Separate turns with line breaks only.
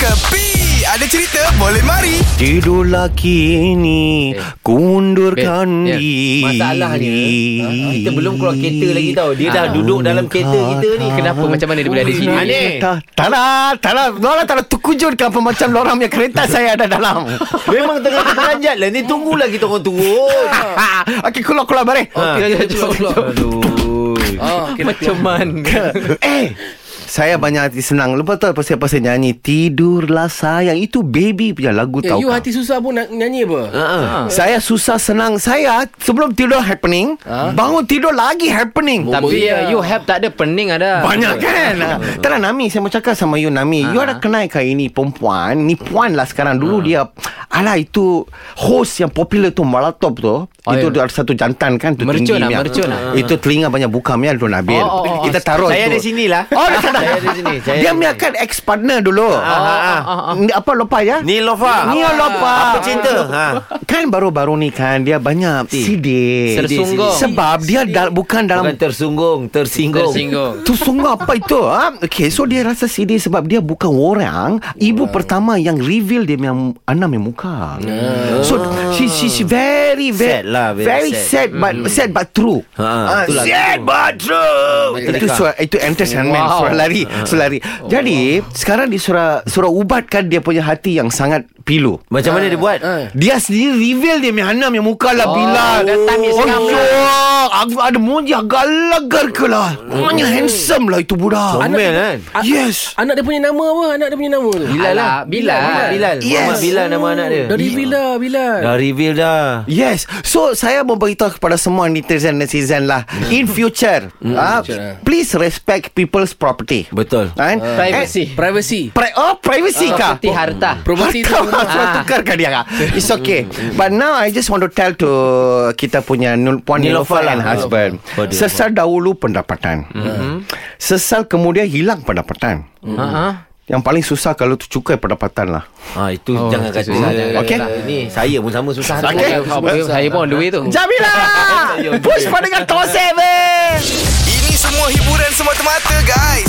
Kepi Ada cerita boleh mari
Tidurlah kini
Eh.
Ku undurkan
Beb,
diri
Beb, masalahnya, ha, ha, kita belum keluar kereta lagi tau. Dia dah duduk dalam kereta kita ni. Kenapa? Macam mana dia boleh ada sini? Ani.
Tak tak lah Tak lah Lorang tak lah tukujurkan Apa macam lorang punya kereta Saya ada dalam
Memang tengah terperanjat lah. Ni tunggulah kita orang turun.
Okey keluar-keluar bareng
Ha,
Okey,
kita cuba keluar. Aduh. Ah, macam mana?
Eh saya banyak hati senang Lepas tu pasal-pasal nyanyi Tidurlah sayang Itu baby punya lagu
Ya,
tau
you
kau.
hati susah pun nak nyanyi apa?
Ha.
Saya susah senang Saya sebelum tidur happening Bangun tidur lagi happening
Ah. Tapi ya, you have tak ada pening ada.
Banyak kan Ah. Tak lah Nami Saya mau cakap sama you Nami
Ah.
You ada kenal ke ini perempuan Ni puan lah sekarang Dulu dia Alah itu Host yang popular tu Malatop tu Itu
ya.
ada satu jantan kan tu
Mercun
tinggi
lah,
punya.
mercun lah.
Itu telinga banyak bukamnya tu Nabil
Oh, oh, oh.
Kita taruh
Saya
tu.
ada sini lah.
Oh ada sana
Saya ada sini, saya
Dia
ada
punya
sini.
kan ex partner dulu
ah, ah, lah.
Ni Apa lupa ya
Ni Lofa.
Ni lupa
Apa cerita? Ha.
ah.
Eh,
Kan baru-baru ni kan Dia banyak sidik
Tersunggung.
Sebab dia dal- bukan dalam
Bukan tersunggung, tersinggung.
Tersinggung.
Tu sungguh apa itu ha? Okay so dia rasa sedih Sebab dia bukan orang Ibu pertama yang reveal Dia punya anak punya muka So she, she, she very, very
Ah. Sad lah, very
Very sad,
sad. Mm-hmm.
but Sad but true
Ha,
Ah,
itulah
Sad but true Itu suara Itu entertainment
Wow.
Suara lari
Ah.
Suara lari
Oh.
Jadi Sekarang dia suruh Suruh ubatkan Dia punya hati yang sangat pilu
Macam
Ah.
mana dia buat?
dia sendiri reveal dia punya Hana punya muka lah oh, bila
that time is come
Oh, syok. Aku ada mojah galagar ke lah Hanya handsome lah itu budak
Comel kan?
Yes
Anak dia punya nama apa? Anak dia punya nama tu?
Bilal lah. Bilal.
Bilal.
Yes.
Muhammad Bilal nama anak dia.
Dari Bila, Bila.
Dah reveal dah.
Yes So saya mau beritahu kepada semua netizen-netizen lah In future ah, Please respect people's property
Betul.
Kan?
Privacy. Ah,
Privacy.
Pri oh privacy kah?
Seperti harta.
Property tu.
Harta ah. tukar ke dia kah? It's okay. But now I just want to tell to kita punya Nul- Puan Nilofa
Nilofa lah.
and husband.
Oh, dia. Hmm.
Sesal dahulu pendapatan. Sesal kemudian hilang pendapatan.
Ha.
Yang paling susah kalau tu cukai pendapatan lah.
Ha itu oh, jangan kata.
susah, jangan lah.
Okey.
kata. Ini saya pun sama susah.
Okey.
Saya pun on the way tu.
Jamila!
Ya,
Push pendengar Tor 7!
Ini semua hiburan semata-mata guys